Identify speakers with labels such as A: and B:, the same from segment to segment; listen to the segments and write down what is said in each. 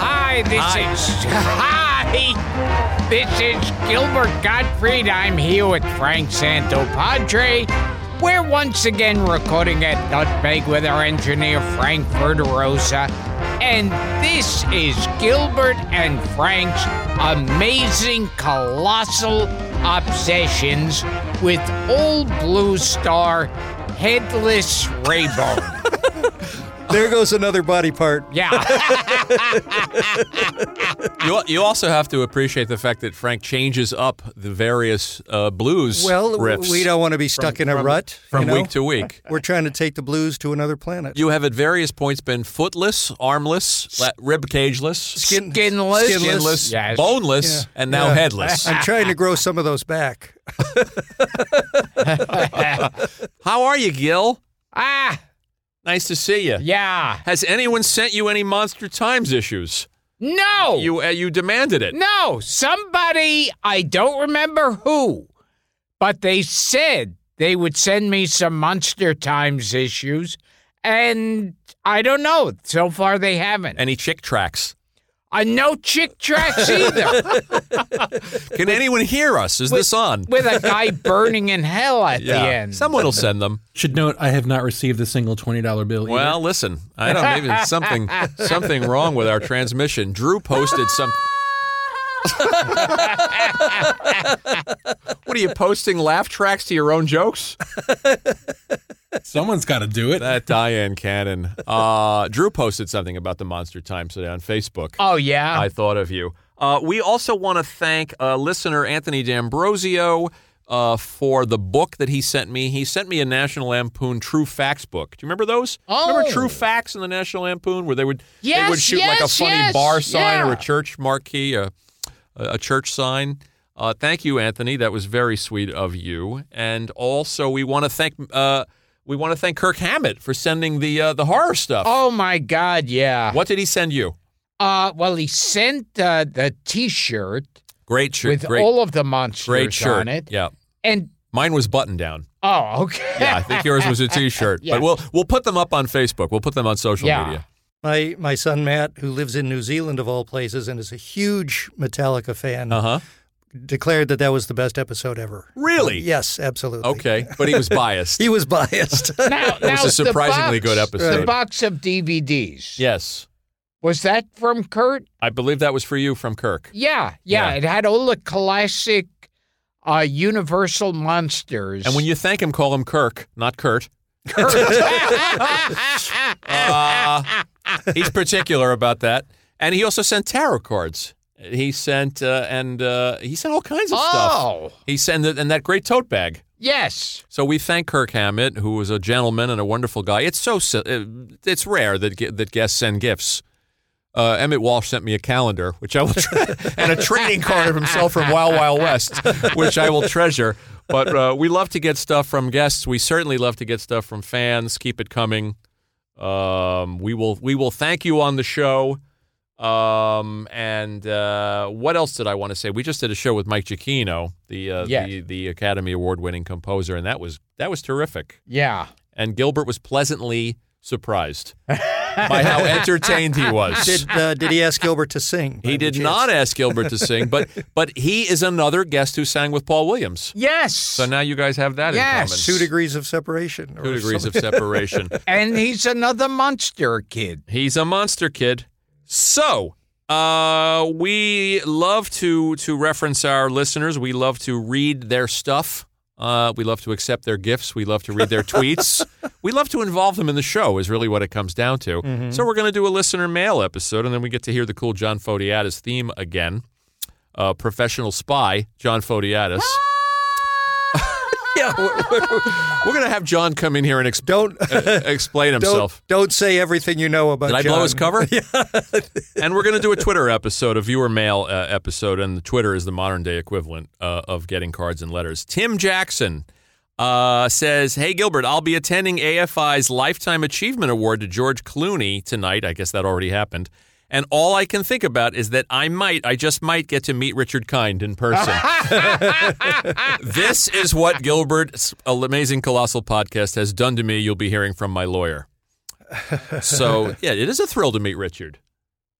A: Hi, this
B: Hi.
A: is Hi. This is Gilbert Gottfried. I'm here with Frank Santopadre. We're once again recording at Nutmeg with our engineer Frank Verderosa. And this is Gilbert and Frank's amazing colossal obsessions with old blue star headless raybone.
C: There goes another body part.
A: Yeah.
B: You, you also have to appreciate the fact that Frank changes up the various uh, blues
C: Well, w-
B: riffs
C: we don't want to be stuck in a rut.
B: from
C: you know?
B: week to week.
C: We're trying to take the blues to another planet.
B: You have at various points been footless, armless, la- rib cageless,
C: Skin-
A: Skinless.
B: skinless,
A: Yes.
B: boneless,
C: Yeah.
B: and now
C: Yeah.
B: headless.
C: I'm trying to grow some of those back.
B: How are you, Gil?
A: ah,
B: Nice to see you.
A: yeah.
B: Has anyone sent you any Monster Times issues?
A: No.
B: You uh, you demanded it.
A: No, somebody, I don't remember who, but they said they would send me some Monster Times issues, and I don't know. So far, they haven't.
B: Any chick tracks?
A: Uh, no chick tracks either,
B: Can anyone hear us? Is this on?
A: with a guy burning in hell at the end.
B: Someone will send them.
D: Should note, I have not received a single twenty dollar bill. either.
B: Well, listen, I don't maybe there's something something wrong with our transmission. Drew posted some What are you posting laugh tracks to your own jokes?
D: someone's got to do it.
B: That Diane Cannon. Uh, Drew posted something about the Monster Times today on Facebook.
A: oh yeah,
B: I thought of you. Uh, we also want to thank uh, listener Anthony D'Ambrosio uh, for the book that he sent me. He sent me a National Lampoon True Facts book. Do you remember those? Remember
A: Oh.
B: True Facts in the National Lampoon, where they would
A: Yes,
B: they would shoot like a
A: yes,
B: funny
A: yes,
B: bar sign or
A: yeah.
B: a church marquee, a, a a church sign. Uh, thank you, Anthony. That was very sweet of you. And also, we want to thank. Uh, we want to thank Kirk Hammett for sending the uh, the horror stuff.
A: oh my God, yeah.
B: What did he send you?
A: Uh, well, he sent uh, the T-shirt
B: Great shirt,
A: with
B: great,
A: all of the monsters
B: great shirt.
A: on it,
B: Yeah,
A: and
B: Mine was button down.
A: oh, okay,
B: Yeah, I think yours was a T-shirt.
A: Yeah.
B: But we'll we'll put them up on Facebook. We'll put them on social
A: Yeah.
B: media.
C: My my son Matt, who lives in New Zealand of all places and is a huge Metallica fan,
B: Uh huh.
C: declared that that was the best episode ever.
B: Really?
C: Yes, absolutely.
B: Okay, but he was biased.
C: He was biased.
A: Now, now
B: was a
A: the
B: surprisingly
A: box-
B: good episode.
A: The box of DVDs.
B: yes,
A: Was that from Kurt?
B: I believe that was for you from Kirk.
A: Yeah, yeah.
B: Yeah.
A: It had all the classic uh, Universal monsters.
B: And when you thank him, call him Kirk, not Kurt. Uh, he's particular about that. And he also sent tarot cards. He sent uh, and uh, he sent all kinds of stuff.
A: oh
B: He sent the, and that great tote bag.
A: yes,
B: So we thank Kirk Hammett, who was a gentleman and a wonderful guy. It's so si- uh, it's rare that ge- that guests send gifts. Uh, Emmett Walsh sent me a calendar, which I will, tre- and a trading card of himself from Wild Wild West, which I will treasure. But uh, we love to get stuff from guests. We certainly love to get stuff from fans. Keep it coming. Um, we will we will thank you on the show. Um, and uh, what else did I want to say? We just did a show with Mike Giacchino, the uh,
A: Yes.
B: the the Academy Award winning composer, and that was that was terrific.
A: yeah.
B: And Gilbert was pleasantly surprised by how entertained he was.
C: did uh, did he ask Gilbert to sing? by
B: he
C: any
B: did
C: chance?
B: not ask Gilbert to sing, but but he is another guest who sang with Paul Williams.
A: Yes.
B: So now you guys have that
A: Yes.
B: in
C: Two
B: common.
C: degrees of separation. or
B: Two degrees
C: something.
B: of separation.
A: and he's another monster kid.
B: He's a monster kid. So, uh, we love to to reference our listeners. We love to read their stuff. Uh, we love to accept their gifts. We love to read their tweets. We love to involve them in the show. Is really what it comes down to.
C: Mm-hmm.
B: So we're going to do a listener mail episode, and then we get to hear the cool John Fodiatis theme again. Uh, professional spy John Fodiatis.
C: Ah!
B: yeah, we're, going to have John come in here and exp-
C: Don't
B: explain himself.
C: don't, don't say everything you know about.
B: Did I blow his
C: John.
B: cover? and we're going to do a Twitter episode, a viewer mail uh, episode, and Twitter is the modern day equivalent uh, of getting cards and letters. Tim Jackson uh, says, "Hey Gilbert, I'll be attending AFI's Lifetime Achievement Award to George Clooney tonight. I guess that already happened." And all I can think about is that I might, I just might get to meet Richard Kind in person. this is what Gilbert's Amazing Colossal podcast has done to me. You'll be hearing from my lawyer. So yeah, it is a thrill to meet Richard.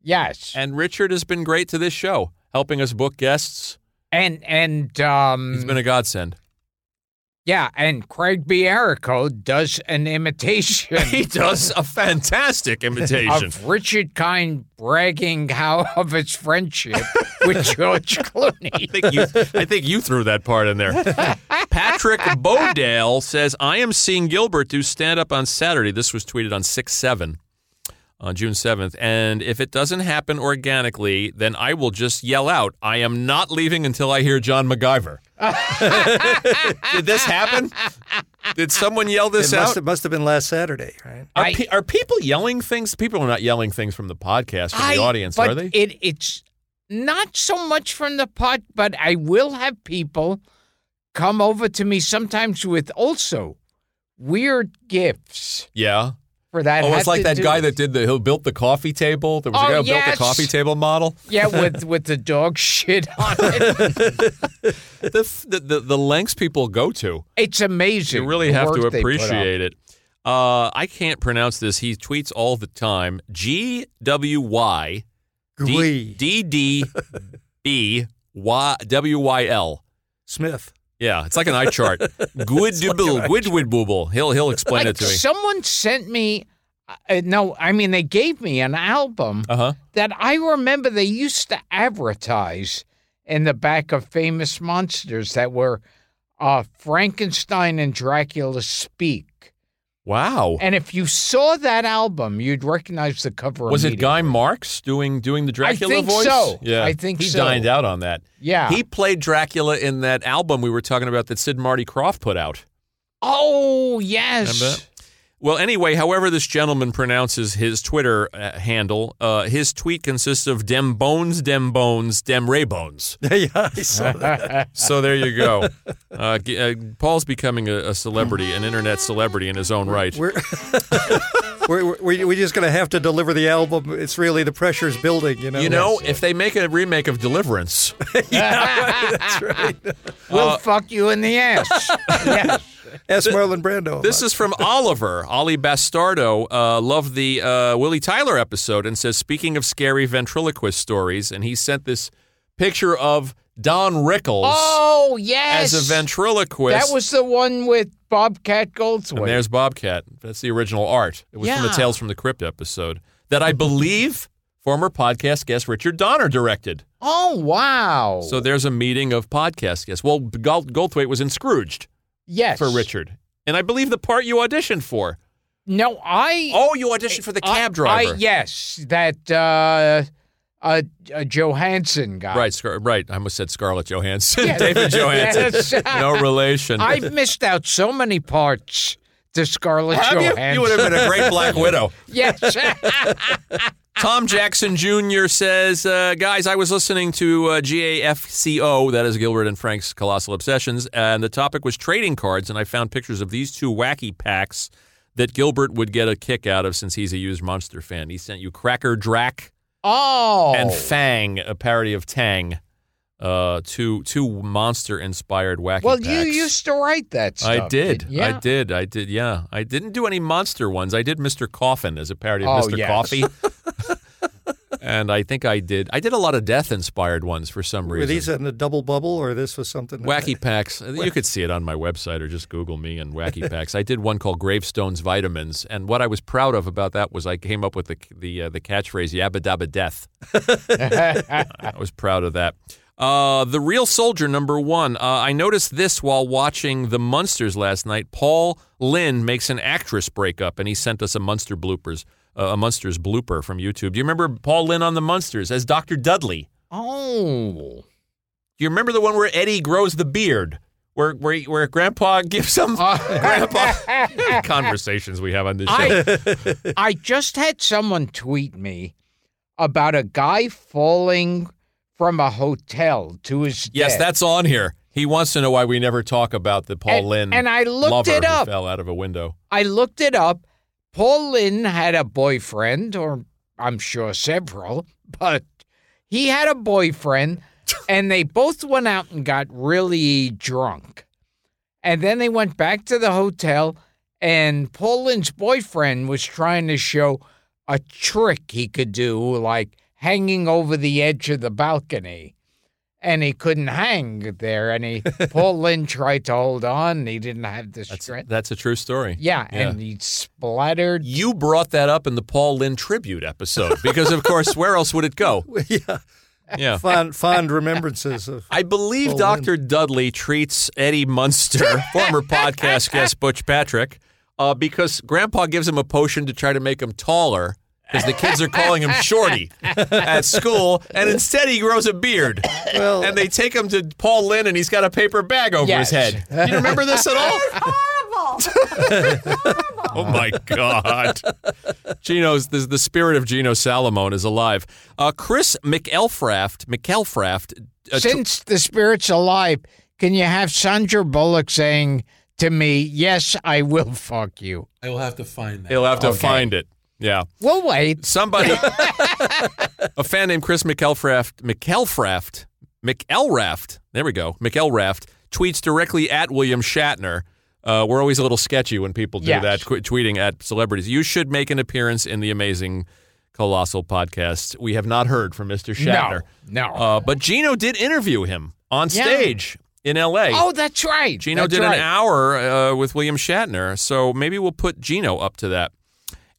A: Yes.
B: And Richard has been great to this show, helping us book guests.
A: And and um
B: He's been a godsend.
A: yeah, and Craig Bierico does an imitation
B: He does a fantastic imitation.
A: of Richard Kind bragging how of his friendship with George Clooney.
B: I think you, I think you threw that part in there. Patrick Bodale says, I am seeing Gilbert do stand up on Saturday. This was tweeted on 6 7 on June 7th. And if it doesn't happen organically, then I will just yell out, I am not leaving until I hear John MacGyver. Did this happen? Did someone yell
C: It
B: this out?
C: must, it must have been last Saturday, right?
B: Are,
A: I-
B: pe- are people yelling things? People are not yelling things from the podcast from the
A: I-
B: audience,
A: but
B: are they?
A: It, it's not so much from the pot, but I will have people come over to me sometimes with also weird gifts
B: yeah.
A: for that.
B: Oh,
A: had
B: it's like
A: to
B: that
A: do-
B: guy that did the who built the coffee table. There was a
A: Oh,
B: guy who built
A: yes.
B: the coffee table model.
A: yeah, with with the dog shit on it.
B: The f- the the, the lengths people go to.
A: It's amazing.
B: You really
A: the
B: have
A: work
B: to
A: they put
B: appreciate it. Uh, I can't pronounce this. He tweets all the time. G W Y D
C: Gwee.
B: D D B Y W Y L.
C: Smith.
B: Yeah, it's like an eye chart. Gwidwidbooble. Gwidwidbooble. He'll he'll
A: up.
B: explain
A: Like
B: it to me.
A: someone sent me. Uh, no, I mean they gave me an album
B: Uh huh.
A: that I remember they used to advertise in the back of famous monsters that were uh, Frankenstein and Dracula Speak.
B: Wow.
A: And if you saw that album, you'd recognize the cover.
B: Was it
A: immediately.
B: Guy Marks doing doing the Dracula
A: think
B: voice?
A: so.
B: Yeah,
A: I think
B: he
A: so.
B: dined out on that.
A: Yeah.
B: He played Dracula in that album we were talking about that Sid Marty Croft put out.
A: oh
B: Remember that?
A: yes.
B: Well, anyway, however this gentleman pronounces his Twitter uh, handle, uh, his tweet consists of "dem bones, dem bones, dem ray bones."
C: yeah, I saw that.
B: So there you go. Uh, g- uh, Paul's becoming a, a celebrity, an internet celebrity in his own right.
C: We're, we're, we're, we're just going to have to deliver the album. It's really the pressure's building, you know?
B: You know, if they make a remake of Deliverance,
A: We'll
B: Uh,
A: fuck you in the ass. yes.
C: Ask Marlon Brando.
B: This is from Oliver, Ollie Bastardo. Uh, loved the uh, Willie Tyler episode and says, speaking of scary ventriloquist stories, and he sent this picture of Don Rickles
A: Oh yes.
B: as a ventriloquist.
A: That was the one with Bobcat Goldthwait.
B: and there's Bobcat. That's the original art. It was from the
A: Yeah.
B: Tales from the Crypt episode that I believe former podcast guest Richard Donner directed.
A: oh wow.
B: So there's a meeting of podcast guests. Well, Gold- Goldthwait was in Scrooged
A: yes.
B: for Richard. And I believe the part you auditioned for.
A: No, I.
B: Oh, you auditioned for the
A: I-
B: cab driver.
A: I, yes, that uh, uh, uh, Johansson guy.
B: Right, Scar- right. I almost said Scarlett Johansson,
A: Yeah.
B: David Johansson.
A: Yes.
B: No relation.
A: I've missed out so many parts to Scarlett
B: Have you?
A: Johansson.
B: You would have been a great Black Widow.
A: yes.
B: Tom Jackson Jr. says, uh, guys, I was listening to uh, GAFCO, that is Gilbert and Frank's Colossal Obsessions, and the topic was trading cards, and I found pictures of these two wacky packs that Gilbert would get a kick out of since he's a used monster fan. He sent you Cracker Drac
A: oh.
B: and Fang, a parody of Tang, uh, two two monster inspired wacky
A: well,
B: packs.
A: you used to write that stuff.
B: I did.
A: didn't- Yeah.
B: I did. I did. Yeah. I didn't do any monster ones. I did Mr. Coffin as a parody of
A: Oh,
B: Mr.
A: yes.
B: Coffee. and I think I did. I did a lot of death inspired ones for some
C: Were
B: reason.
C: these in a double bubble or this was something?
B: Wacky Packs. You could see it on my website or just Google me and Wacky Packs. I did one called Gravestones Vitamins, and what I was proud of about that was I came up with the the uh, the catchphrase "Yabba Dabba Death." I was proud of that. Uh, the Real Soldier number one. Uh, I noticed this while watching the Munsters last night. Paul Lynn makes an actress breakup, and he sent us a Munster bloopers. Uh, a Munsters blooper from YouTube. Do you remember Paul Lynn on the Munsters as Dr. Dudley?
A: Oh.
B: Do you remember the one where Eddie grows the beard? Where where, where Grandpa gives him Grandpa conversations we have on this show.
A: Uh, I, I just had someone tweet me about a guy falling from a hotel to his
B: yes,
A: death.
B: that's on here. He wants to know why we never talk about the Paul
A: And-
B: Lynn
A: and I looked
B: lover
A: it
B: who
A: up.
B: fell out of a window.
A: I looked it up. Paul Lynn had a boyfriend, or I'm sure several, but he had a boyfriend, and they both went out and got really drunk. And then they went back to the hotel, and Paul Lynn's boyfriend was trying to show a trick he could do, like, hanging over the edge of the balcony. And he couldn't hang there. And he, Paul Lynn tried to hold on. and He didn't have the
B: That's,
A: strength.
B: that's a true story.
A: Yeah,
B: Yeah.
A: and he splattered.
B: You brought that up in the Paul Lynn tribute episode because, of course, where else would it go?
C: yeah,
B: Yeah.
C: fond fond remembrances of.
B: I believe
C: Paul Lynn.
B: Dr. Dudley treats Eddie Munster, former podcast guest Butch Patrick, uh, because Grandpa gives him a potion to try to make him taller because the kids are calling him Shorty at school, and instead he grows a beard.
C: Well,
B: And they take him to Paul Lynn, and he's got a paper bag over
A: Yes.
B: his head. Do you remember this at all? Oh my God. Gino's the, the spirit of Gino Salamone is alive. Uh, Chris McElfraft, McElfraft, uh, tw-
A: Since the spirit's alive, can you have Sandra Bullock saying to me, Yes, I will fuck you?
D: I will have to find that.
B: he'll have to
A: Okay.
B: find it. Yeah,
A: We'll wait.
B: somebody, a fan named Chris McElfraft, McElfraft, McElraft. There we go, McElraft tweets directly at William Shatner. Uh, we're always a little sketchy when people do
A: Yes.
B: that, qu- tweeting at celebrities. You should make an appearance in the amazing colossal podcast. We have not heard from Mr. Shatner.
A: No, no.
B: Uh, but Gino did interview him on
A: Yeah.
B: stage in L.A.
A: oh, that's right.
B: Gino
A: That's
B: did
A: right.
B: an hour uh, with William Shatner, so maybe we'll put Gino up to that.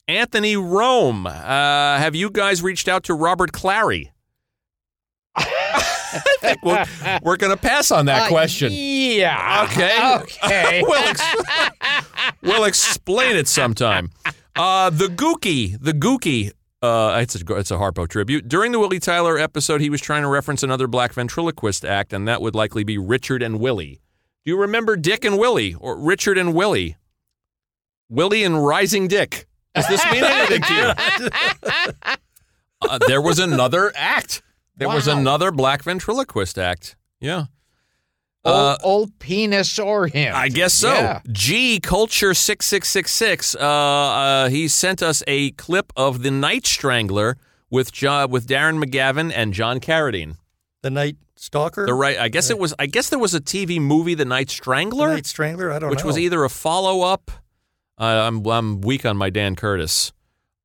B: Anthony Rome, uh, have you guys reached out to Robert Clary? I think we're, we're going to pass on that
A: Uh,
B: question.
A: Yeah.
B: Okay.
A: Okay.
B: We'll, ex- we'll explain it sometime. Uh, the Gookie, the Gookie. Uh, it's a it's a Harpo tribute. During the Willie Tyler episode, he was trying to reference another black ventriloquist act, and that would likely be Richard and Willie. Do you remember Dick and Willie or Richard and Willie? Willie and Rising Dick. Does this mean anything to you? Uh, there was another act. There was
A: Wow.
B: another black ventriloquist act. Yeah. Uh,
A: old, old penis or him.
B: I guess so.
A: Yeah.
B: G Culture six six six six. Uh, uh, he sent us a clip of the Night Strangler with John, with Darren McGavin and John Carradine.
C: the Night Stalker,
B: The right. I guess it was. I guess there was a TV movie, The Night
C: The
B: Strangler,
C: Night Strangler. I don't
B: which
C: know.
B: was either a follow up. Uh, I'm I'm weak on my Dan Curtis.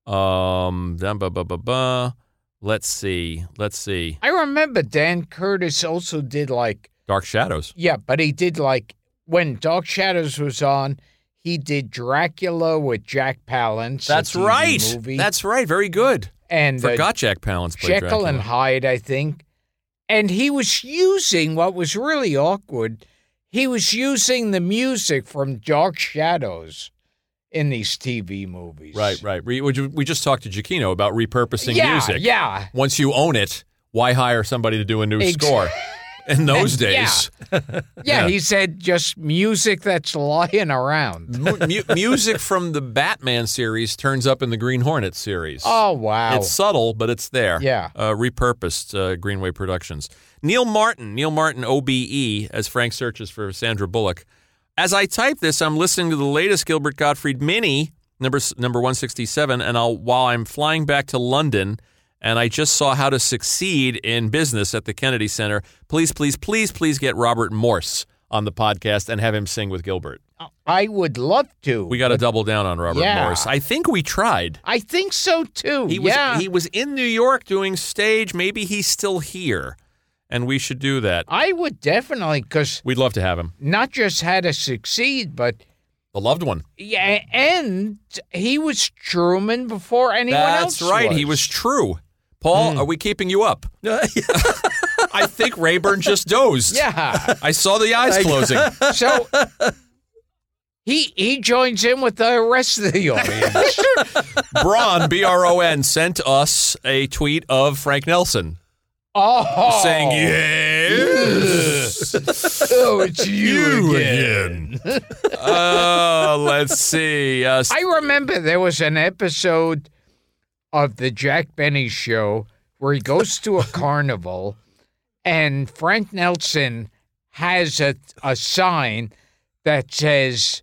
B: Um. dum, ba, ba, ba, ba. Let's see. Let's see.
A: I remember Dan Curtis also did like,
B: Dark Shadows.
A: yeah, but he did like, when Dark Shadows was on, he did Dracula with Jack Palance. a
B: That's
A: TV
B: right.
A: Movie,
B: That's right. Very good.
A: and uh,
B: Forgot Jack Palance played
A: Jekyll
B: Dracula.
A: and Hyde, I think. And he was using what was really awkward. He was using the music from Dark Shadows in these TV movies.
B: Right, right. We, we ju- we just talked to Giacchino about repurposing
A: yeah,
B: music.
A: Yeah.
B: Once you own it, why hire somebody to do a new
A: Ex-
B: score? In those
A: Yeah.
B: days,
A: Yeah.
B: Yeah.
A: He said just music that's lying around.
B: mu- mu- music from the Batman series turns up in the Green Hornet series.
A: Oh, wow.
B: It's subtle, but it's there.
A: Yeah.
B: Uh, repurposed uh, Greenway Productions. Neil Martin, Neil Martin OBE, as Frank searches for Sandra Bullock. As I type this, I'm listening to the latest Gilbert Gottfried mini, number s- number 167, and I'll while I'm flying back to London, and I just saw how to succeed in business at the Kennedy Center. Please, please, please, please get Robert Morse on the podcast and have him sing with Gilbert.
A: I would love to.
B: We got to double down on Robert
A: Yeah.
B: Morse. I think we tried.
A: I think so too.
B: He was
A: yeah.
B: he was in New York doing stage. Maybe he's still here, and we should do that.
A: I would definitely, because
B: We'd love to have him.
A: not just had to succeed, but
B: The loved one.
A: yeah, and he was Truman before anyone else. Hmm.
B: That's right. He was true. Paul, are we keeping you up? I think Rayburn just dozed.
A: Yeah.
B: I saw the eyes closing.
A: So he he joins in with the rest of the audience.
B: Bron, B R O N, sent us a tweet of Frank Nelson
A: Oh,
B: saying, Yes.
A: Oh, it's you,
B: you
A: again.
B: again. uh, let's see. Uh,
A: I remember there was an episode of the Jack Benny show where he goes to a carnival and Frank Nelson has a, a sign that says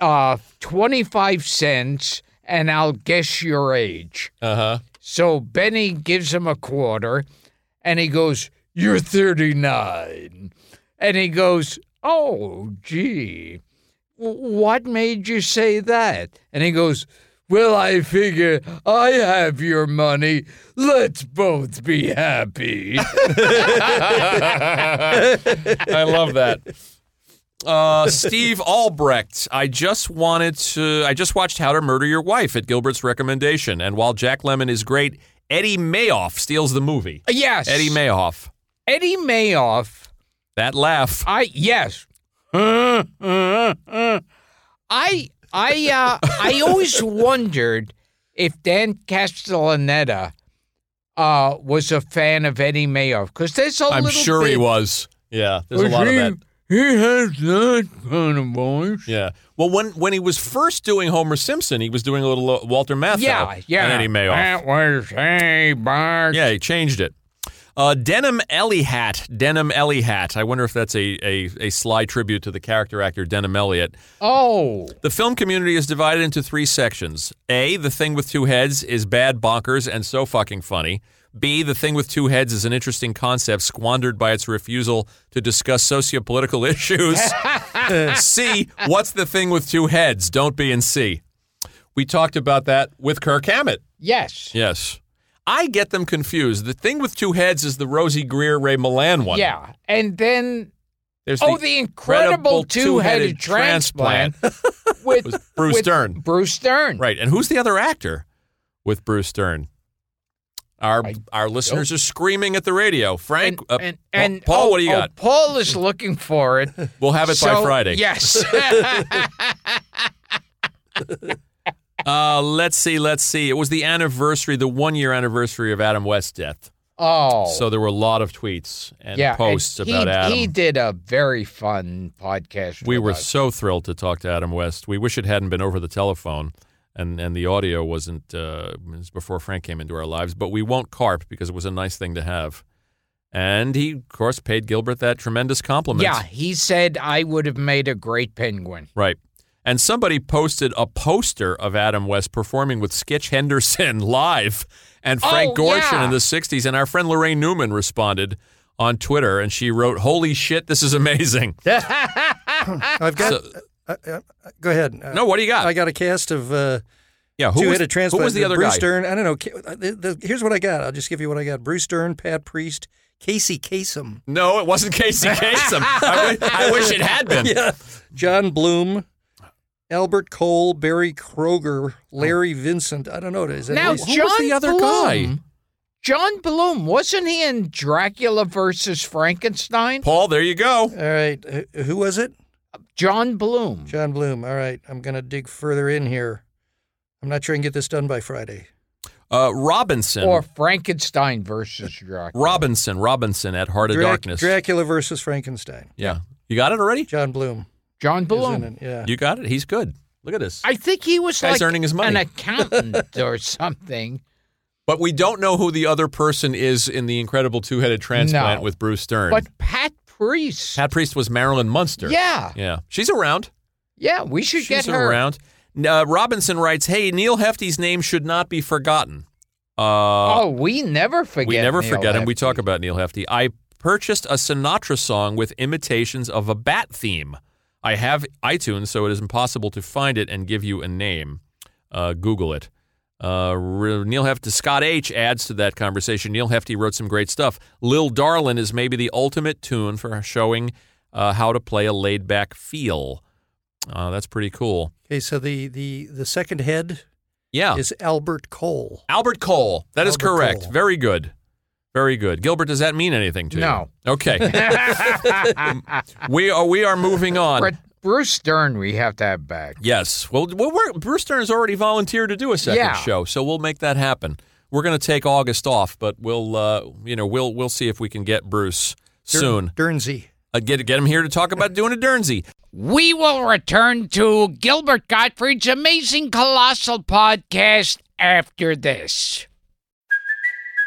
A: uh, 25 cents and I'll guess your age.
B: huh.
A: So Benny gives him a quarter and he goes, You're 39. And he goes, Oh, gee, w- what made you say that? And he goes, Well, I figure I have your money. Let's both be happy.
B: I love that. Uh, Steve Albrecht, I just wanted to. I just watched How to Murder Your Wife at Gilbert's recommendation, and while Jack Lemon is great, Eddie Mayoff steals the movie.
A: yes.
B: Eddie Mayoff,
A: Eddie Mayoff.
B: that laugh.
A: I yes. Uh, uh, uh. I I uh, I always wondered if Dan Castellaneta uh, was a fan of Eddie Mayoff because there's a
B: I'm
A: little
B: sure he
A: bit-
B: was. Yeah, there's a lot of
A: he,
B: that.
A: He has that kind of voice.
B: Yeah. Well, when when he was first doing Homer Simpson, he was doing a little uh, Walter Matthau.
A: Yeah, yeah. Uh,
B: And Eddie Mayoff.
A: That was hey, Bart.
B: Yeah, he changed it. Uh, Denim Elihat. Denim Elihat. I wonder if that's a, a, a sly tribute to the character actor Denim Elliot.
A: Oh,
B: The film community is divided into three sections. A, The Thing with Two Heads is bad, bonkers, and so fucking funny. B, The Thing with Two Heads is an interesting concept squandered by its refusal to discuss sociopolitical issues. C, What's the Thing with Two Heads? Don't be in C. We talked about that with Kirk Hammett.
A: yes.
B: Yes. I get them confused. The thing with two heads is the Rosie Greer Ray Milan one.
A: Yeah. And then
B: There's
A: oh, the incredible two-headed transplant, with
B: was Bruce
A: with
B: Dern.
A: Bruce Stern.
B: Right. And who's the other actor with Bruce Dern? Our our listeners are screaming at the radio. Frank,
A: And,
B: uh,
A: and,
B: Pa-
A: and
B: Paul,
A: oh,
B: what do you
A: oh,
B: got?
A: Paul is looking for it.
B: We'll have it by
A: So,
B: Friday.
A: Yes.
B: Uh, let's see. Let's see. It was the anniversary, the one year anniversary of Adam West's death.
A: oh.
B: So there were a lot of tweets and
A: yeah. and
B: posts
A: he-
B: about Adam.
A: He did a very fun podcast.
B: We
A: with
B: were
A: us.
B: so thrilled to talk to Adam West. We wish it hadn't been over the telephone, and and the audio wasn't uh, it was before Frank came into our lives. But we won't carp because it was a nice thing to have. And he, of course, paid Gilbert that tremendous compliment.
A: Yeah, he said I would have made a great penguin.
B: Right. And somebody posted a poster of Adam West performing with Skitch Henderson live and Frank
A: Oh,
B: Gorshin
A: yeah.
B: in the 60s. And our friend Lorraine Newman responded on Twitter and she wrote, Holy shit, this is amazing.
C: I've got. uh, uh, uh, go ahead. Uh,
B: No, what do you got?
C: I got a cast of uh,
B: yeah, who
C: two
B: was,
C: headed transplant.
B: who was the other
C: Bruce
B: guy?
C: Dern. I don't know. Ca- uh, The, the, here's what I got. I'll just give you what I got. Bruce Dern, Pat Priest, Casey Kasem,
B: No, it wasn't Casey Kasem. I, wi- I wish it had been.
C: yeah. John Bloom, Albert Cole, Barry Kroger, Larry Vincent. I don't know. Is that
A: Now,
C: who-
A: John
B: the other
A: Bloom,
B: guy?
A: John Bloom wasn't he in Dracula versus Frankenstein?
B: Paul, there you go.
C: all right. Who- Who was it?
A: John Bloom.
C: John Bloom. All right. I'm going to dig further in here. I'm not sure I can get this done by Friday.
B: Uh, Robinson.
A: Or Frankenstein versus Dracula.
B: Robinson. Robinson at Heart of
C: Drac-
B: Darkness.
C: Dracula versus Frankenstein.
B: yeah. You got it already?
C: John Bloom. is
A: John
C: in
A: Bloom.
C: it, Yeah.
B: You got it. He's good. Look at this.
A: I think he was
B: Guy's
A: like
B: earning his money.
A: an accountant or something.
B: But we don't know who the other person is in the incredible two headed transplant
A: No.
B: with Bruce Stern.
A: But Pat Priest.
B: Pat Priest was Marilyn Munster.
A: Yeah.
B: Yeah. She's around.
A: Yeah, we should
B: She's
A: get her.
B: around. Uh, Robinson writes Hey, Neil Hefty's name should not be forgotten. Uh,
A: oh, we never forget.
B: we never
A: Neil
B: forget him. We
A: Hefti.
B: talk about Neil Hefti. I purchased a Sinatra song with imitations of a bat theme. I have iTunes, so it is impossible to find it and give you a name. Uh, Google it. Uh, Re- Neil Hefti, Scott H. adds to that conversation. Neil Hefti wrote some great stuff. Lil Darlin is maybe the ultimate tune for showing uh, how to play a laid back feel. Uh, that's pretty cool.
C: Okay, so the, the, the second head
B: Yeah.
C: is Albert Cole.
B: Albert Cole. That is
C: Albert
B: correct.
C: Cole.
B: Very good. Very good. Gilbert, does that mean anything to you?
A: No.
B: Okay. we are we are moving
A: But
B: on.
A: Bruce Stern, we have to have back.
B: Yes. Well, well we're, Bruce Stern has already volunteered to do a second
A: Yeah.
B: show, so we'll make that happen. We're going to take August off, but we'll uh, you know we'll we'll see if we can get Bruce soon.
C: Dernsey.
B: Uh, get get him here to talk about doing a Dernsey.
A: We will return to Gilbert Gottfried's amazing colossal podcast after this.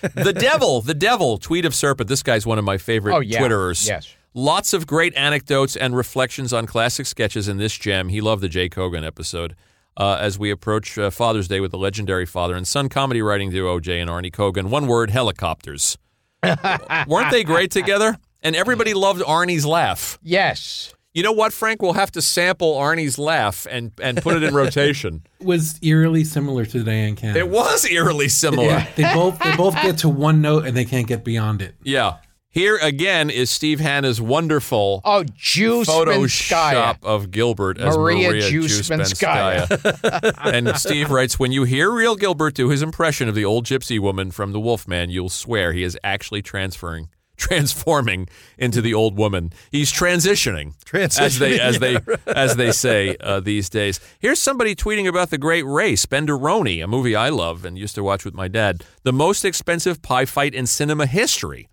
B: the devil, the devil, tweet of serpent. This guy's one of my favorite
A: Oh, yeah.
B: Twitterers.
A: Yes.
B: Lots of great anecdotes and reflections on classic sketches in this gem. He loved the Jay Kogan episode. Uh, as we approach uh, Father's Day with the legendary father and son comedy writing duo Jay and Arnie Kogan, one word helicopters. Weren't they great together? And everybody loved Arnie's laugh.
A: Yes.
B: You know what, Frank? We'll have to sample Arnie's laugh and, and put it in rotation.
D: was eerily similar to Today in Canada.
B: It was eerily similar.
D: Yeah, they both they both get to one note and they can't get beyond it.
B: Yeah. Here again is Steve Hanna's wonderful
A: Oh, Juice
B: Photoshop
A: Photoshop.
B: of Gilbert as
A: Maria
B: Maria,
A: Juspenskaya.
B: Juspenskaya. and Steve writes, when you hear real Gilbert do his impression of the old gypsy woman from The Wolfman, you'll swear he is actually transferring, transforming into the old woman. He's transitioning, as they as they as they say uh, these days. Here's somebody tweeting about The Great Race, Benderoni, a movie I love and used to watch with my dad. The most expensive pie fight in cinema history.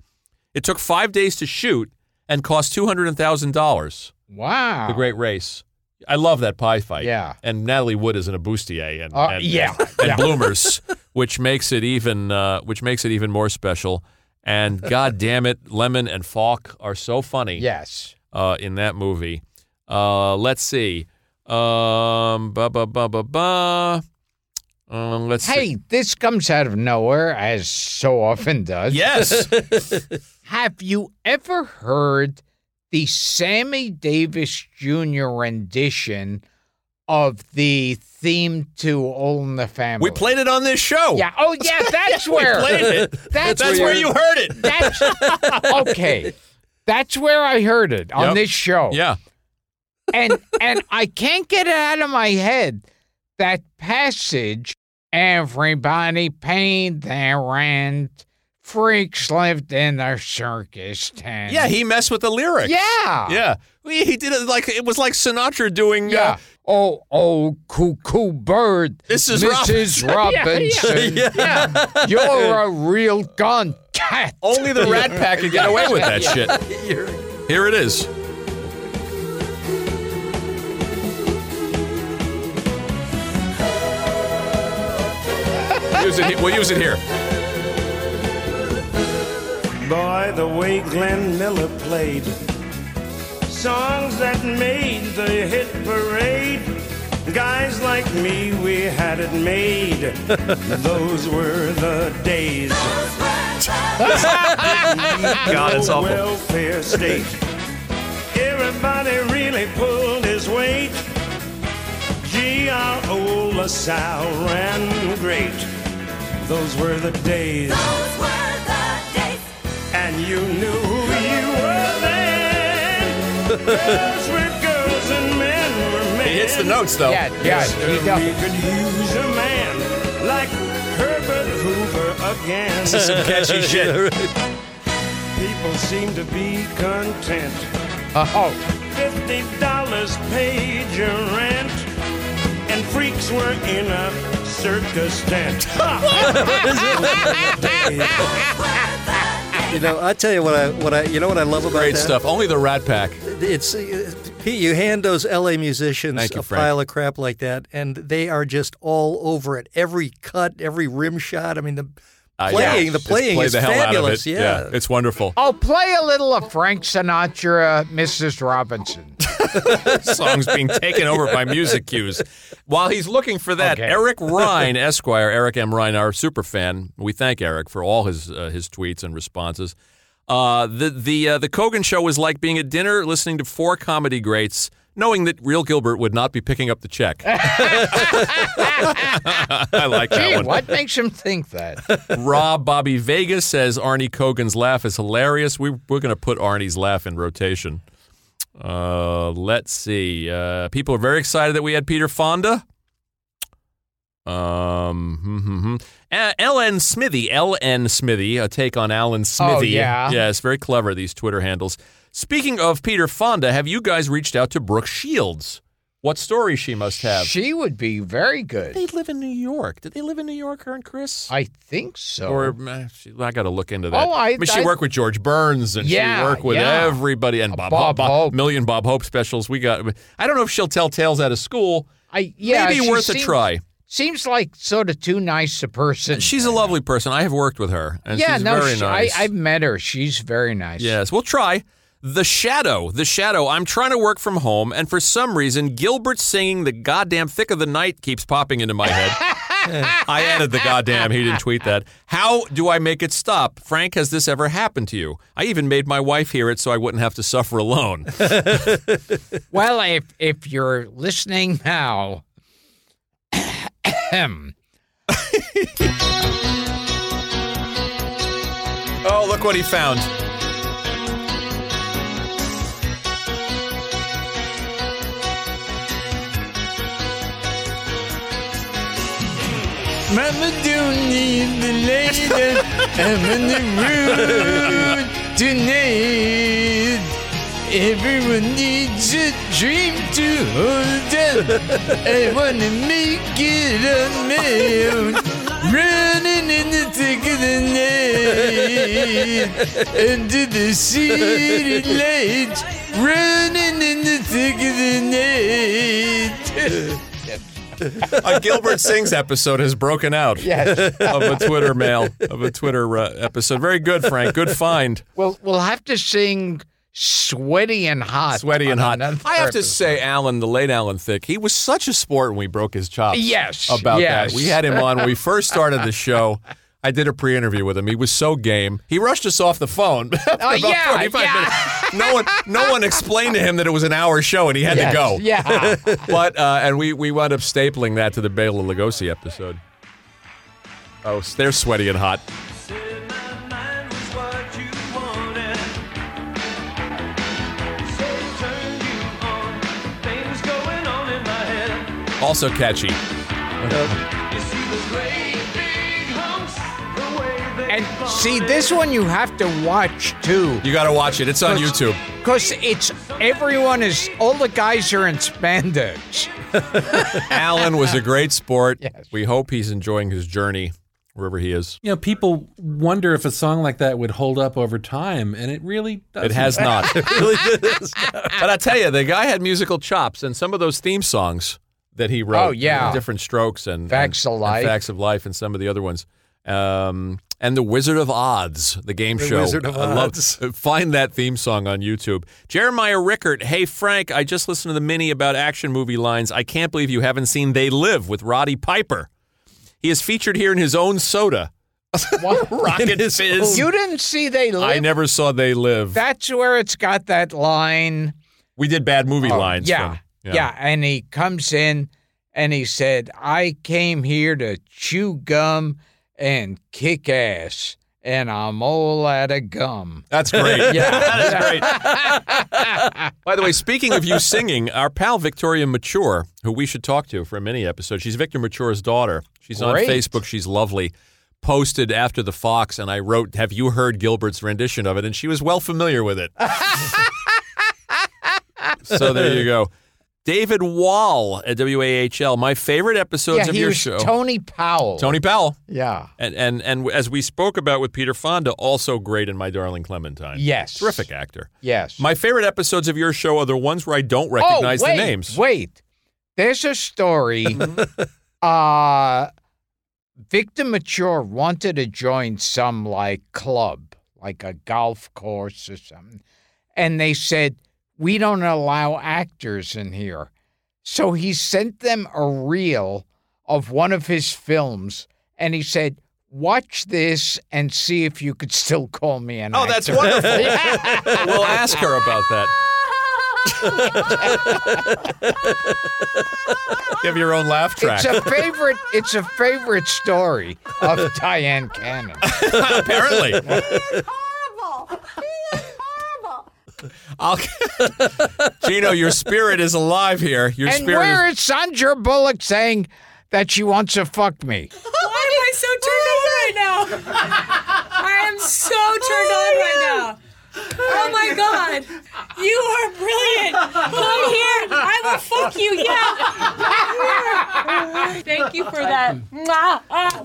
B: It took five days to shoot and cost two hundred thousand dollars.
A: Wow.
B: The Great Race. I love that pie fight.
A: Yeah.
B: And Natalie Wood is an Abustier and,
A: Uh,
B: and
A: yeah.
B: and
A: Yeah.
B: bloomers, which makes it even uh, which makes it even more special. And god damn it, Lemon and Falk are so funny
A: Yes.
B: uh, in that movie. Uh, let's see. Um, ba ba ba ba ba. Um, let's see.
A: Hey, this comes out of nowhere, as so often does.
B: Yes.
A: Have you ever heard the Sammy Davis Jr. rendition of the theme to All in the Family?
B: we played it on this show.
A: Yeah. Oh, yeah. That's
B: We
A: where.
B: played it.
A: That's,
B: That's where you heard it.
A: That's okay. That's where I heard it on
B: Yep.
A: this show.
B: Yeah.
A: and and I can't get it out of my head that passage. Everybody paid their rent. Freaks lived in their circus tent.
B: Yeah, he messed with the lyrics.
A: yeah,
B: Yeah. He he did it like it was like Sinatra doing uh,
A: yeah. Oh, oh, cuckoo bird.
B: This is
A: Mrs. Robinson. You're a real gun cat.
B: Only the Rat Pack could get away with that shit. Here it is. Use it. he- We'll use it here.
E: Boy, the way Glenn Miller played songs that made the hit parade. Guys like me, we had it made. Those were the days. God, it's awful. Welfare state. Everybody really pulled his weight. Gee, our old LaSalle ran great. Those were the days and you knew who you were then. girls were girls and men were men.
B: He hits the notes though.
A: Yeah, yeah.
E: And
A: he does.
E: we could use a man like Herbert Hoover again.
B: Some catchy shit.
E: People seem to be content.
A: Uh, oh,
E: Fifty dollars paid your rent, and freaks were in a circus tent.
C: You know, I tell you what I what I you know what I love about
B: Great
C: that?
B: stuff. Only the Rat Pack.
C: It's uh, Pete. You hand those L.A. musicians
B: Thank you,
C: a
B: Frank.
C: pile of crap like that, and they are just all over it. Every cut, every rim shot. I mean, the
B: Uh,
C: playing,
B: yeah.
C: the
B: Just
C: playing
B: play
C: is
B: the hell
C: fabulous.
B: Out of it.
C: Yeah.
B: It's wonderful.
A: I'll play a little of Frank Sinatra, Mrs. Robinson.
B: songs being taken over by music cues. While he's looking for that,
A: Okay.
B: Eric Rhine, Esquire, Eric M. Rhine, our super fan. We thank Eric for all his uh, his tweets and responses. Uh, the the uh, the Kogan show was like being at dinner, listening to four comedy greats, knowing that real Gilbert would not be picking up the check. I like that
A: Gee,
B: one.
A: what makes him think that?
B: Rob Bobby Vegas says Arnie Kogan's laugh is hilarious. We, we're going to put Arnie's laugh in rotation. Uh, let's see. Uh, people are very excited that we had Peter Fonda. Um, hmm, hmm, hmm. Uh, L.N. Smithy, L.N. Smithy, a take on Alan Smithy.
A: Oh, yeah.
B: Yes, very clever, these Twitter handles. Speaking of Peter Fonda, have you guys reached out to Brooke Shields? What story she must have?
A: She would be very good.
B: they live in New York. Did they live in New York, her and Chris?
A: I think so.
B: Or uh, she, I got to look into that.
A: Oh, I-
B: mean, she
A: I-
B: worked with George Burns, and she
A: Yeah,
B: worked with
A: yeah.
B: everybody, and Bob,
A: Bob Hope.
B: million Bob Hope specials. We got. I don't know if she'll tell tales out of school.
A: I yeah,
B: Maybe
A: she
B: worth a
A: seems-
B: try.
A: Seems like sort of too nice a person.
B: She's a lovely person. I have worked with her, and
A: yeah,
B: she's
A: no,
B: very
A: she-
B: nice.
A: I, I've met her. She's very nice.
B: Yes, we'll try. The Shadow. The Shadow. I'm trying to work from home, and for some reason, Gilbert singing The Goddamn Thick of the Night keeps popping into my head. I added the goddamn. He didn't tweet that. How do I make it stop? Frank, has this ever happened to you? I even made my wife hear it so I wouldn't have to suffer alone.
A: Well, if if you're listening now, ahem,
B: oh, look what he found.
A: Mama don't need the lady. I'm in the mood tonight. Everyone needs a dream to hold on. I wanna make it on my own. Running in the thick of the night, under the city lights. Running in the thick of the night.
B: A Uh, Gilbert Sings episode has broken out
A: Yes.
B: of a Twitter mail, of a Twitter uh, episode. Very good, Frank. Good find.
A: Well, we'll have to sing "Sweaty and Hot."
B: sweaty and
A: on
B: hot.
A: another
B: I have to
A: episode.
B: say, Alan, the late Alan Thick, he was such a sport when we broke his chops.
A: Yes,
B: about
A: yes.
B: that. We had him on when we first started the show. I did a pre-interview with him. He was so game. He rushed us off the phone. after about
A: Oh, yeah,
B: 45
A: yeah.
B: minutes. No one, no one explained to him that it was an hour show and he had
A: Yes,
B: to go.
A: Yeah.
B: But uh, and we we wound up stapling that to the Bela Lugosi episode. Oh, they're sweaty and hot. Also catchy.
A: and see, this one you have to watch too,
B: You got to watch it. It's on YouTube.
A: because it's everyone is all the guys are in spandex.
B: Alan was a great sport. We hope he's enjoying his journey wherever he is.
D: You know, people wonder if a song like that would hold up over time, and it really does.
B: It has not. but I tell you, the guy had musical chops, and some of those theme songs that he wrote.
A: Oh, yeah.
B: different strokes and
A: Facts
B: and-
A: of Life.
B: and Facts of life, and some of the other ones. Um, and the Wizard of Odds, the game show.
C: Wizard of
B: I love-
C: Odds.
B: find that theme song on YouTube. Jeremiah Rickert. Hey Frank, I just listened to the mini about action movie lines. I can't believe you haven't seen They Live with Roddy Piper. He is featured here in his own soda. Rocket Fizz.
A: You didn't see they live.
B: I never saw They Live.
A: That's where it's got that line.
B: We did bad movie lines.
A: Oh, Yeah,
B: from-
A: yeah. And he comes in and he said, I came here to chew gum and kick ass, and I'm all out of gum.
B: That's great.
A: Yeah.
B: that is great. By the way, speaking of you singing, our pal Victoria Mature, who we should talk to for a mini episode, she's Victor Mature's daughter. She's
A: Great.
B: on Facebook. She's lovely. Posted after the Fox, and I wrote, "Have you heard Gilbert's rendition of it?" And she was well familiar with it. so there you go. David Wall at WAHL. My favorite episodes
A: yeah,
B: of
A: he
B: your
A: was
B: show.
A: Tony Powell.
B: Tony Powell.
A: Yeah.
B: And, and and as we spoke about with Peter Fonda, also great in My Darling Clementine.
A: Yes.
B: Terrific actor.
A: Yes.
B: My favorite episodes of your show are the ones where I don't recognize
A: oh,
B: the
A: wait,
B: names.
A: Wait. There's a story. uh Victor Mature wanted to join some like club, like a golf course or something. And they said, We don't allow actors in here. So he sent them a reel of one of his films and he said, Watch this and see if you could still call me an
B: Oh,
A: actor.
B: that's wonderful. we'll ask her about that. you have your own laugh track.
A: It's a favorite. It's a favorite story of Diane Cannon.
B: Apparently. I'll... Gino, your spirit is alive here. Your
A: and
B: spirit is
A: where is Sandra Bullock saying that she wants to fuck me?
F: Why am I so turned on right now? I am so turned on right now. Oh my god. You are brilliant. Come here. I will fuck you. Yeah. Thank you for that. Mwah. Ah.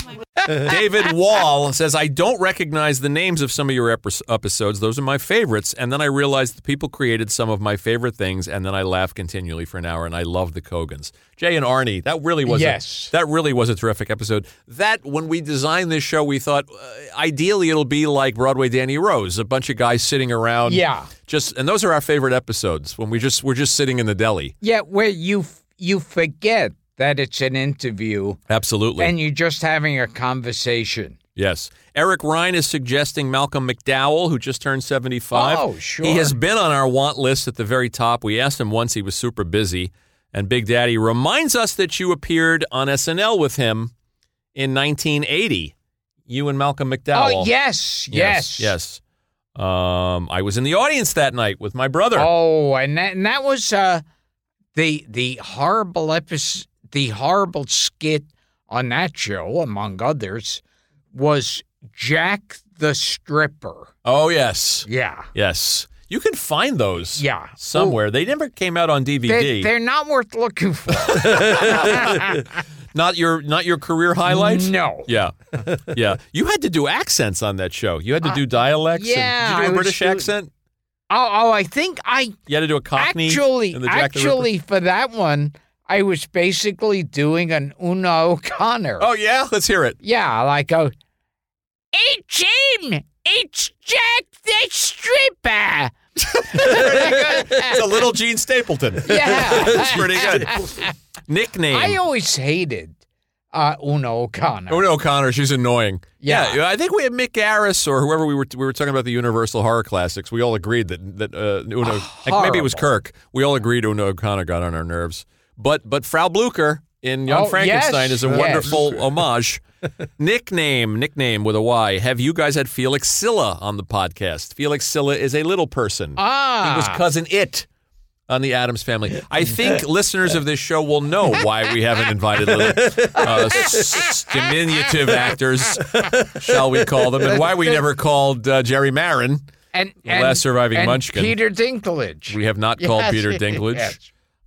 B: David Wall says, I don't recognize the names of some of your epis- episodes. Those are my favorites. And then I realized the people created some of my favorite things. And then I laughed continually for an hour. And I love the Kogans. Jay and Arnie, that really was,
A: Yes.
B: a, that really was a terrific episode. That, when we designed this show, we thought uh, ideally it'll be like Broadway Danny Rose, a bunch of guys sitting around.
A: Yeah.
B: Just, and those are our favorite episodes when we just, we're just sitting in the deli.
A: Yeah, where you f- you forget that it's an interview
B: Absolutely.
A: and you're just having a conversation.
B: Yes. Eric Ryan is suggesting Malcolm McDowell, who just turned 75.
A: Oh, sure.
B: He has been on our want list at the very top. We asked him once, he was super busy. And Big Daddy reminds us that you appeared on SNL with him in 1980. You and Malcolm McDowell.
A: Oh yes, yes,
B: Yes. Yes. Um, I was in the audience that night with my brother.
A: Oh, and that, and that was uh, the the horrible episode, the horrible skit on that show, among others, was Jack the Stripper.
B: Oh, yes.
A: Yeah,
B: Yes. You can find those
A: Yeah.
B: somewhere. They never came out on DVD.
A: they, they're not worth looking for.
B: not your not your career highlights?
A: no.
B: Yeah, yeah. You had to do accents on that show. You had to do dialects. and-
A: yeah,
B: did you
A: I
B: do a
A: was
B: British
A: doing-
B: accent?
A: Oh, oh, I think I
B: You had to do a Cockney.
A: actually
B: in the Jack the Ripper?
A: actually for that one, I was basically doing an Una O'Connor.
B: Oh yeah, let's hear it.
A: Yeah, like a. It's him! It's Jack the Stripper!
B: it's a little Gene Stapleton.
A: Yeah.
B: it's pretty good. Nickname.
A: I always hated uh, Una O'Connor.
B: Oh, no, O'Connor, she's annoying.
A: Yeah.
B: I think we had Mick Garris or whoever we were. We were talking about the Universal Horror Classics. We all agreed that that uh, Uno, like maybe it was
A: Oh, horrible.
B: Kirk. We all agreed Uno O'Connor got on our nerves. But but Frau Blucher in Young
A: Oh,
B: Frankenstein
A: yes,
B: is a
A: yes.
B: wonderful homage. nickname, nickname with a Y. Have you guys had Felix Silla on the podcast? Felix Silla is a little person.
A: Ah.
B: He was cousin it on the Adams family. I think listeners of this show will know why we haven't invited little, uh, s- s- diminutive actors, shall we call them, and why we never called uh, Jerry Marin.
A: and,
B: the last surviving
A: and
B: Munchkin.
A: Peter Dinklage.
B: We have not called
A: Yes,
B: Peter Dinklage.
A: yes.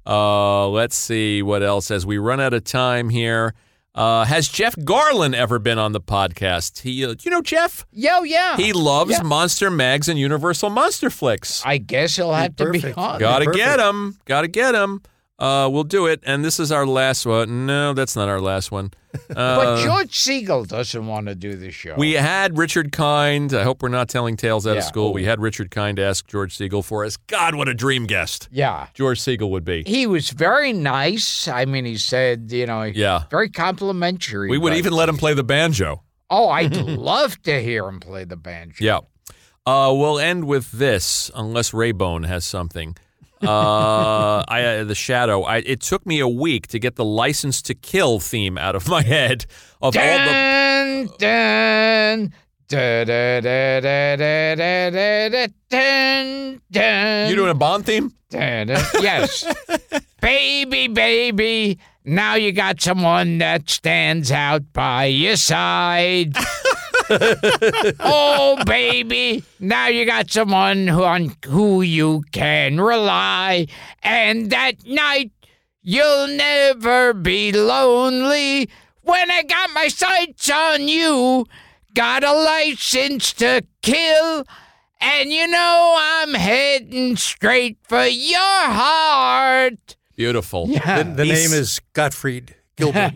B: Uh, let's see what else. As we run out of time here, uh, has Jeff Garlin ever been on the podcast? He, uh, you know, Jeff.
A: Yo, yeah.
B: He loves
A: Uh, Yeah.
B: monster mags and Universal monster flicks.
A: I guess he'll have to be
C: Perfect.
A: on.
B: Gotta
C: Perfect.
B: get him. Gotta get him. Uh, we'll do it. And this is our last one. No, that's not our last one.
A: But
B: Uh,
A: George Siegel doesn't want to do the show.
B: we had Richard Kind. I hope we're not telling tales out of
A: Yeah.
B: school. We had Richard Kind ask George Siegel for us. God, what a dream guest
A: yeah.
B: George Siegel would be.
A: He was very nice. I mean, he said, you know,
B: Yeah.
A: very complimentary.
B: We would
A: but-
B: even let him play the banjo.
A: Oh, I'd love to hear him play the banjo.
B: Yeah. Uh, we'll end with this, unless Raybone has something. Uh, I, uh, the shadow. I, it took me a week to get the license to kill theme out of my head of all the
A: Dun, dun, da, da, da, da, da, da, da, da, dun, dun,
B: You doing a Bond theme?
A: dun, dun. Yes. baby, baby, now you got someone that stands out by your side. oh, baby, now you got someone who, on who you can rely. And that night, you'll never be lonely. When I got my sights on you, got a license to kill. And you know I'm heading straight for your heart.
B: Beautiful.
C: The, the
B: He's-
C: name is Gottfried Gilbert.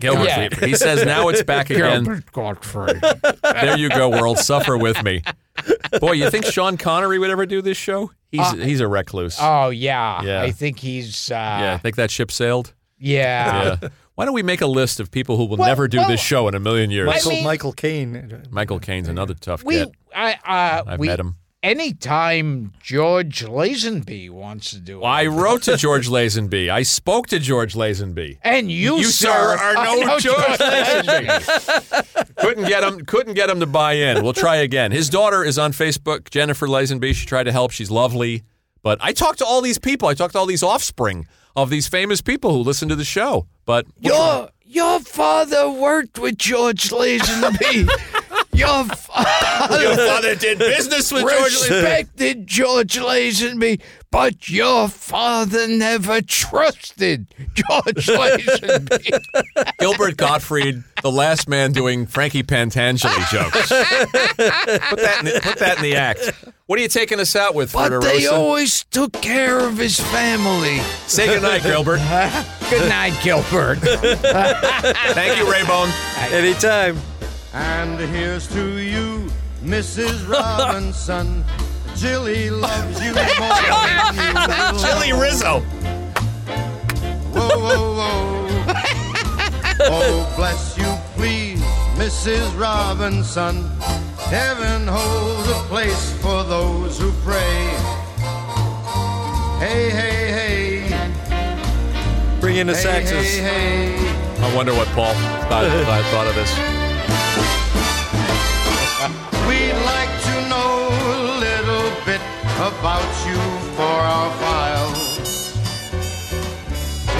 B: Gilbert
A: Yeah.
B: Grape. He says now it's back again.
A: Gilbert Gottfried.
B: there you go, world. Suffer with me. Boy, you think Sean Connery would ever do this show? He's
A: Uh,
B: he's a recluse.
A: oh yeah.
B: Yeah.
A: I think he's. Uh,
B: yeah,
A: yeah.
B: think that ship sailed.
A: Yeah.
B: Yeah. Why don't we make a list of people who will
A: Well,
B: never do
A: well,
B: this show in a million years?
A: I
C: Michael,
A: mean-
C: Michael Caine.
B: Michael Caine's another tough
A: We.
B: kid.
A: I. Uh,
B: I've
A: we,
B: met him.
A: Anytime George Lazenby wants to do it,
B: Well, I wrote to George Lazenby. I spoke to George Lazenby.
A: and you,
B: You, sir, are no George
A: Lazenby.
B: couldn't get him couldn't get him to buy in. We'll try again. His daughter is on Facebook, Jennifer Lazenby. She tried to help. She's lovely. But I talked to all these people. I talked to all these offspring of these famous people who listen to the show. But
A: your your father worked with George Lazenby. your father
B: father did business with
A: respected George Lazenby, but your father never trusted George Lazenby.
B: Gilbert Gottfried the last man doing Frankie Pantangeli jokes. put, that in the, put that in the act. What are you taking us out with,
G: But
B: Ferderosa?
G: they always took care of his family.
B: Say goodnight, Gilbert.
A: Good night, Gilbert.
B: Thank you, Raybone.
C: Anytime.
H: And here's to you, Mrs. Robinson. Jilly loves you more than you will.
B: Billy Rizzo.
H: Whoa, whoa, whoa. Oh, bless you, please, Mrs. Robinson. Heaven holds a place for those who pray. Hey, hey, hey.
C: Bring in the
H: Hey,
C: saxes.
H: hey, hey.
B: I wonder what Paul thought, thought, thought of this.
H: We'd like to know a little bit about you for our files.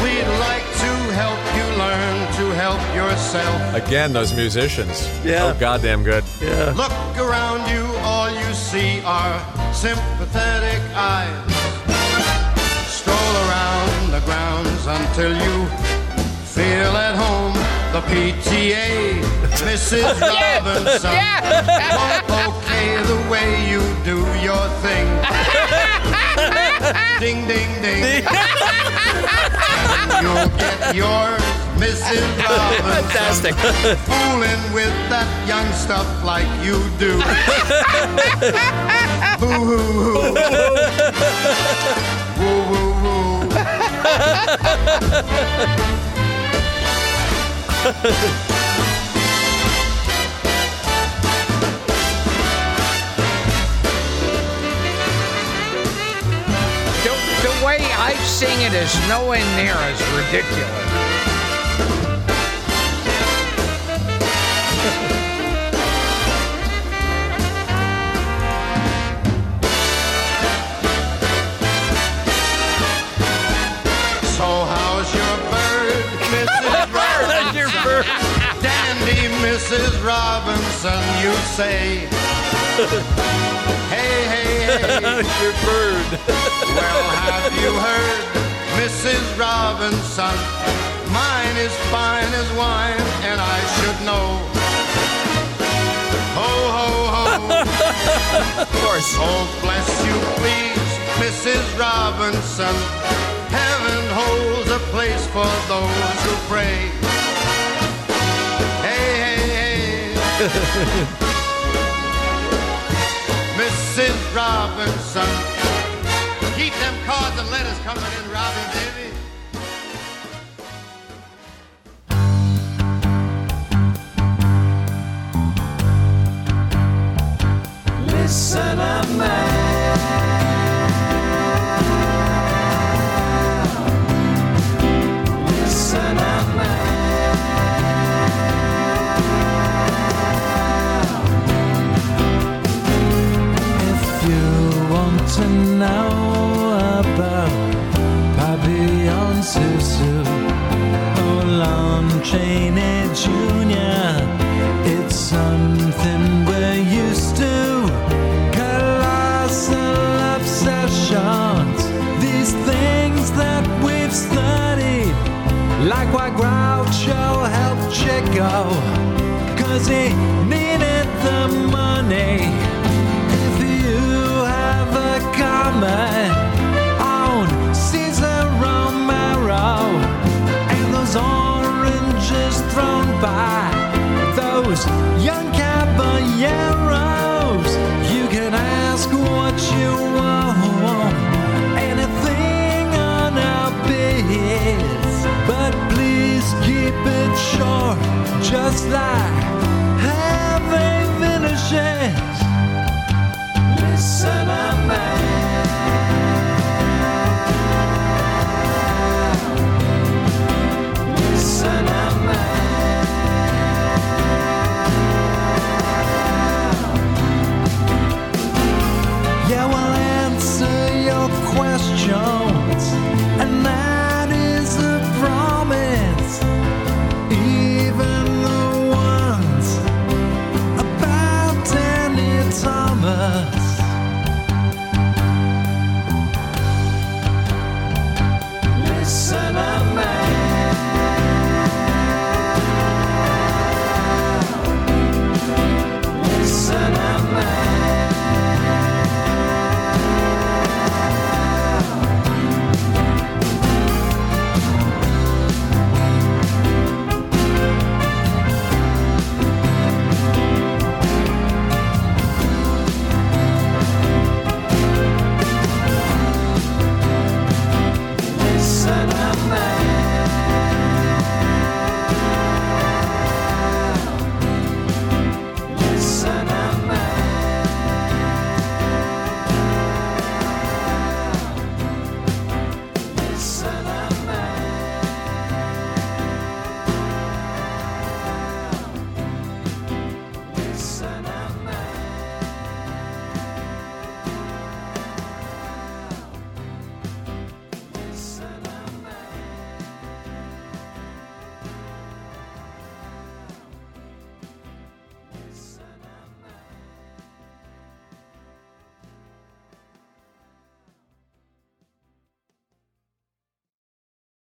H: We'd like to help you learn to help yourself.
B: Again, those musicians.
C: Yeah.
B: Oh, goddamn good.
H: Look around you, all you see are sympathetic eyes. Stroll around the grounds until you feel at home. The PTA, Mrs. Robinson, won't okay the way you do your thing. ding, ding, ding. And you'll get yours, Mrs. Robinson.
C: Fantastic.
H: Fooling with that young stuff like you do. Boo hoo hoo. Woo woo woo.
A: the, the way I sing it is nowhere near as ridiculous.
H: So how's your bird, Mrs. Robinson? Dandy, Mrs. Robinson, you say. Hey, hey, hey.
C: Your bird.
H: Well, have you heard, Mrs. Robinson? Mine is fine as wine, and I should know. Ho, ho, ho. of course. Oh, bless you, please, Mrs. Robinson. Heaven holds a place for those who pray. Hey, hey, hey. Mrs. Robinson. Keep them cards and letters coming in, Robin, baby.
G: If you want to know about Papillon Susu or Lon Chaney Jr., it's something we're used to. Colossal obsessions, these things that we've studied, like why Groucho helped Chico, cause he needed the money. If you have a comment on Cesar Romero and those oranges thrown by those young caballeros, you can ask what you want. Anything on our bids, but please keep it short, just like how they finish it. Listen up, man. Listen up, man. Yeah, we'll answer your questions, and that is a promise. Even the ones about Danny Thomas. Listen up, man. night.